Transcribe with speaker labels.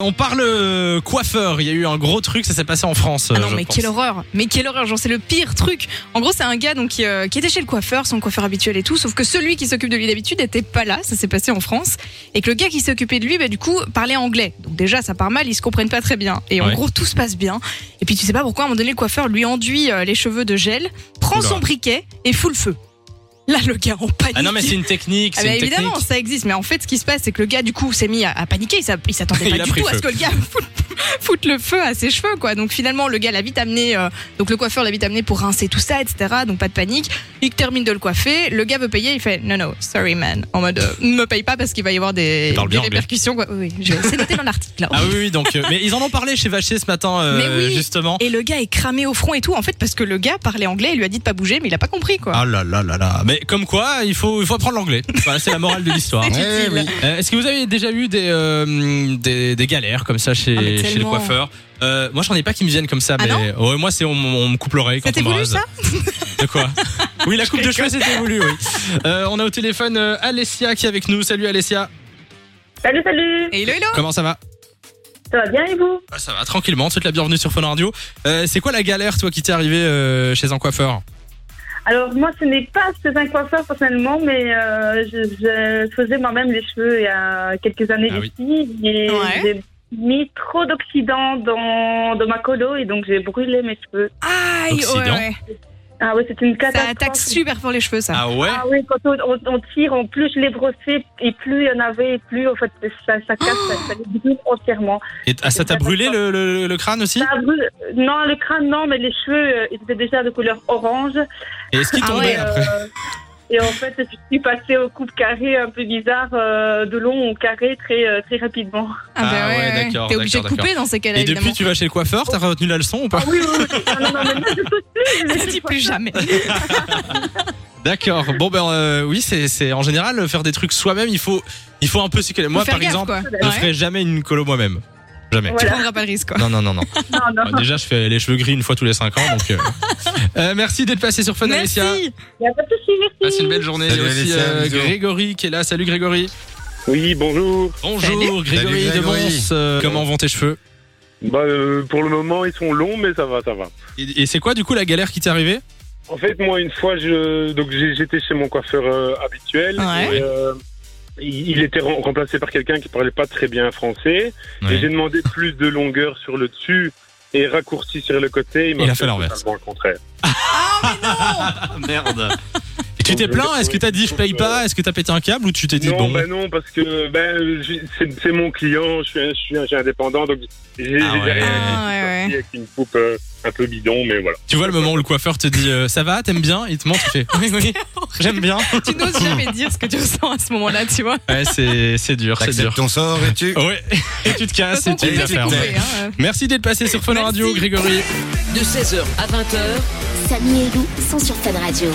Speaker 1: On parle euh, coiffeur, il y a eu un gros truc, ça s'est passé en France.
Speaker 2: Ah
Speaker 1: euh,
Speaker 2: non,
Speaker 1: je
Speaker 2: mais
Speaker 1: pense.
Speaker 2: quelle horreur Mais quelle horreur Genre, c'est le pire truc En gros, c'est un gars donc, qui, euh, qui était chez le coiffeur, son coiffeur habituel et tout, sauf que celui qui s'occupe de lui d'habitude n'était pas là, ça s'est passé en France, et que le gars qui s'occupait de lui, bah, du coup, parlait anglais. Donc déjà, ça part mal, ils se comprennent pas très bien. Et en
Speaker 1: Ouais.
Speaker 2: gros, tout se passe bien. Et puis tu sais pas pourquoi, à un moment donné, le coiffeur lui enduit euh, les cheveux de gel, prend
Speaker 1: Oula.
Speaker 2: son briquet et fout le feu. Là, le gars en panique.
Speaker 1: Ah non, mais c'est une technique,
Speaker 2: Ah
Speaker 1: c'est
Speaker 2: bah,
Speaker 1: une
Speaker 2: évidemment,
Speaker 1: technique.
Speaker 2: ça existe. Mais en fait, ce qui se passe, c'est que le gars, du coup, s'est mis à, à paniquer. Il s'a- il s'attendait
Speaker 1: Il
Speaker 2: pas
Speaker 1: a
Speaker 2: du
Speaker 1: pris
Speaker 2: tout à
Speaker 1: feu.
Speaker 2: ce que le gars foute, foute le feu à ses cheveux, quoi. Donc finalement, le gars l'a vite amené. euh, donc le coiffeur l'a vite amené pour rincer tout ça, etc. Donc pas de panique. Il termine de le coiffer. Le gars veut payer. Il fait non, non, sorry man. En mode, euh, ne me paye pas parce qu'il va y avoir des,
Speaker 1: Il parle
Speaker 2: des
Speaker 1: bien anglais.
Speaker 2: répercussions, quoi. Oui, je- c'est noté dans l'article. hein.
Speaker 1: Ah oui, oui, donc. euh, mais ils en ont parlé chez Vachier ce matin, euh,
Speaker 2: Mais oui.
Speaker 1: justement.
Speaker 2: Et le gars est cramé au front et tout, en fait, parce que le gars parlait anglais. Il lui a dit de pas bouger, mais il a pas compris, quoi.
Speaker 1: Ah là là là là. Mais comme quoi, il faut, il faut apprendre l'anglais. Voilà, c'est la morale de l'histoire.
Speaker 2: C'est
Speaker 1: Ouais,
Speaker 2: utile.
Speaker 1: oui. Euh, Est-ce que vous avez déjà eu des, euh, des, des galères comme ça chez,
Speaker 2: Ah, mais
Speaker 1: chez le
Speaker 2: tellement.
Speaker 1: coiffeur Euh, Moi, j'en ai pas qui me viennent comme ça,
Speaker 2: Ah
Speaker 1: mais. Ouais, moi, c'est on, on me coupe l'oreille quand
Speaker 2: C'était
Speaker 1: on
Speaker 2: voulu,
Speaker 1: m'arrase.
Speaker 2: ça
Speaker 1: De quoi Oui, la coupe de cheveux, c'était voulu, oui. Euh, on a au téléphone euh, Alessia qui est avec nous. Salut Alessia.
Speaker 3: Salut, salut
Speaker 2: Hello, hello.
Speaker 1: Comment ça va
Speaker 3: Ça va bien et vous
Speaker 1: Bah, ça va tranquillement, toute la bienvenue sur Fun Radio. Euh, c'est quoi la galère toi qui t'es arrivé euh, chez un coiffeur
Speaker 3: Alors moi, ce n'est pas chez un coiffeur personnellement, mais euh, je, je faisais moi-même les cheveux il y a quelques années
Speaker 1: Ah oui.
Speaker 3: ici et
Speaker 2: Ouais.
Speaker 3: j'ai mis trop d'oxydant dans, dans ma colo et donc j'ai brûlé mes cheveux.
Speaker 2: Aïe, ouais,
Speaker 1: Occident.
Speaker 2: ouais.
Speaker 3: Ah oui, c'est une
Speaker 2: Ça
Speaker 3: catastrophe.
Speaker 2: attaque super fort les cheveux, ça.
Speaker 1: Ah ouais
Speaker 3: Ah oui, quand on, on- on tire, en plus je l'ai brossé et plus il y en avait et plus en fait ça, ça casse, ça, ça les brûle entièrement.
Speaker 1: Et ah, ça t'a brûlé le, le- le crâne aussi
Speaker 3: Ça a brûlé- non, le crâne non, mais les cheveux euh, ils étaient déjà de couleur orange.
Speaker 1: Et est-ce qu'il
Speaker 2: Ah
Speaker 1: tombait
Speaker 2: ouais,
Speaker 3: Et,
Speaker 1: après
Speaker 3: euh, et en fait, je suis passée au coupe carré un peu bizarre, euh, de long au carré très, euh, très rapidement.
Speaker 2: Ah, bah
Speaker 1: Ah ouais,
Speaker 2: ouais, ouais.
Speaker 1: d'accord,
Speaker 2: T'es obligé de
Speaker 1: d'accord,
Speaker 2: couper dans ces cas-là,
Speaker 1: Et
Speaker 2: évidemment.
Speaker 1: depuis tu vas chez le coiffeur, t'as retenu la leçon ou pas
Speaker 3: Ah oui, oui, oui. Ah non, non, mais moi, je peux plus.
Speaker 2: Je ne dis plus jamais. Oh.
Speaker 1: D'accord. Bon ben euh, oui, c'est c'est- en général faire des trucs soi-même, il faut il faut un peu s'y connaître. Moi
Speaker 2: Faut faire
Speaker 1: par
Speaker 2: gaffe,
Speaker 1: exemple,
Speaker 2: quoi.
Speaker 1: je
Speaker 2: Ouais.
Speaker 1: ferai jamais une colo moi-même. Jamais.
Speaker 2: Tu
Speaker 3: Voilà.
Speaker 2: prendras pas le risque. Quoi.
Speaker 1: Non non non non.
Speaker 3: Non, non,
Speaker 1: Bah, Déjà je fais les cheveux gris une fois tous les 5 ans donc euh. Euh, merci d'être passé sur Fun
Speaker 2: Merci.
Speaker 1: Alessia.
Speaker 3: il n'y a pas de souci, merci.
Speaker 1: Passe une belle journée.
Speaker 4: Salut,
Speaker 1: Il y a aussi
Speaker 4: Alessia,
Speaker 1: euh,
Speaker 4: bisous.
Speaker 1: Grégory qui est là. Salut Grégory.
Speaker 5: Oui, bonjour.
Speaker 1: Bonjour Grégory,
Speaker 4: Salut,
Speaker 1: de
Speaker 4: Grégory.
Speaker 1: Mons. Euh, comment vont tes cheveux
Speaker 5: Bah, euh, pour le moment, ils sont longs, mais ça va, ça va.
Speaker 1: Et, et c'est quoi du coup la galère qui t'est arrivée
Speaker 5: En fait, moi, une fois, je, donc j'ai- j'étais chez mon coiffeur euh, habituel.
Speaker 2: Ouais.
Speaker 5: et, euh, il il était rem- remplacé par quelqu'un qui parlait pas très bien français. Et j'ai demandé plus de longueur sur le dessus et raccourci sur le côté. m'a
Speaker 1: Il a fait l'inverse.
Speaker 5: totalement le contraire.
Speaker 1: Merde. Et tu t'es plaint Est-ce que t'as dit je paye pas Est-ce que t'as pété un câble ou tu t'es dit
Speaker 5: non,
Speaker 1: bon
Speaker 5: bah non, parce que ben, j'ai- c'est c'est mon client, je suis, un- je suis, un- je suis indépendant, donc j'ai
Speaker 1: Ah
Speaker 5: j'ai
Speaker 1: ouais.
Speaker 5: réalisé
Speaker 2: Ah, ouais, ouais.
Speaker 5: avec une coupe euh, un peu bidon, mais voilà.
Speaker 1: Tu vois le moment où le coiffeur te dit euh, ça va, t'aimes bien Il te montre, tu fais oui oui, j'aime bien.
Speaker 2: Tu n'oses jamais dire ce que tu ressens à ce moment-là, tu vois.
Speaker 1: Ouais, c'est c'est dur, c'est
Speaker 4: T'acceptes
Speaker 1: dur.
Speaker 4: ton sort et tu.
Speaker 1: Ouais. Et tu te
Speaker 2: De
Speaker 1: casses
Speaker 2: toute
Speaker 1: et
Speaker 2: façon,
Speaker 1: tu
Speaker 2: couper,
Speaker 1: vas
Speaker 2: c'est
Speaker 1: faire.
Speaker 2: couper, hein.
Speaker 1: Merci d'être passé sur Fun
Speaker 2: Merci.
Speaker 1: Radio Grégory.
Speaker 6: de 16h à 20h.
Speaker 7: Samy et Lou sont sur Fan Radio.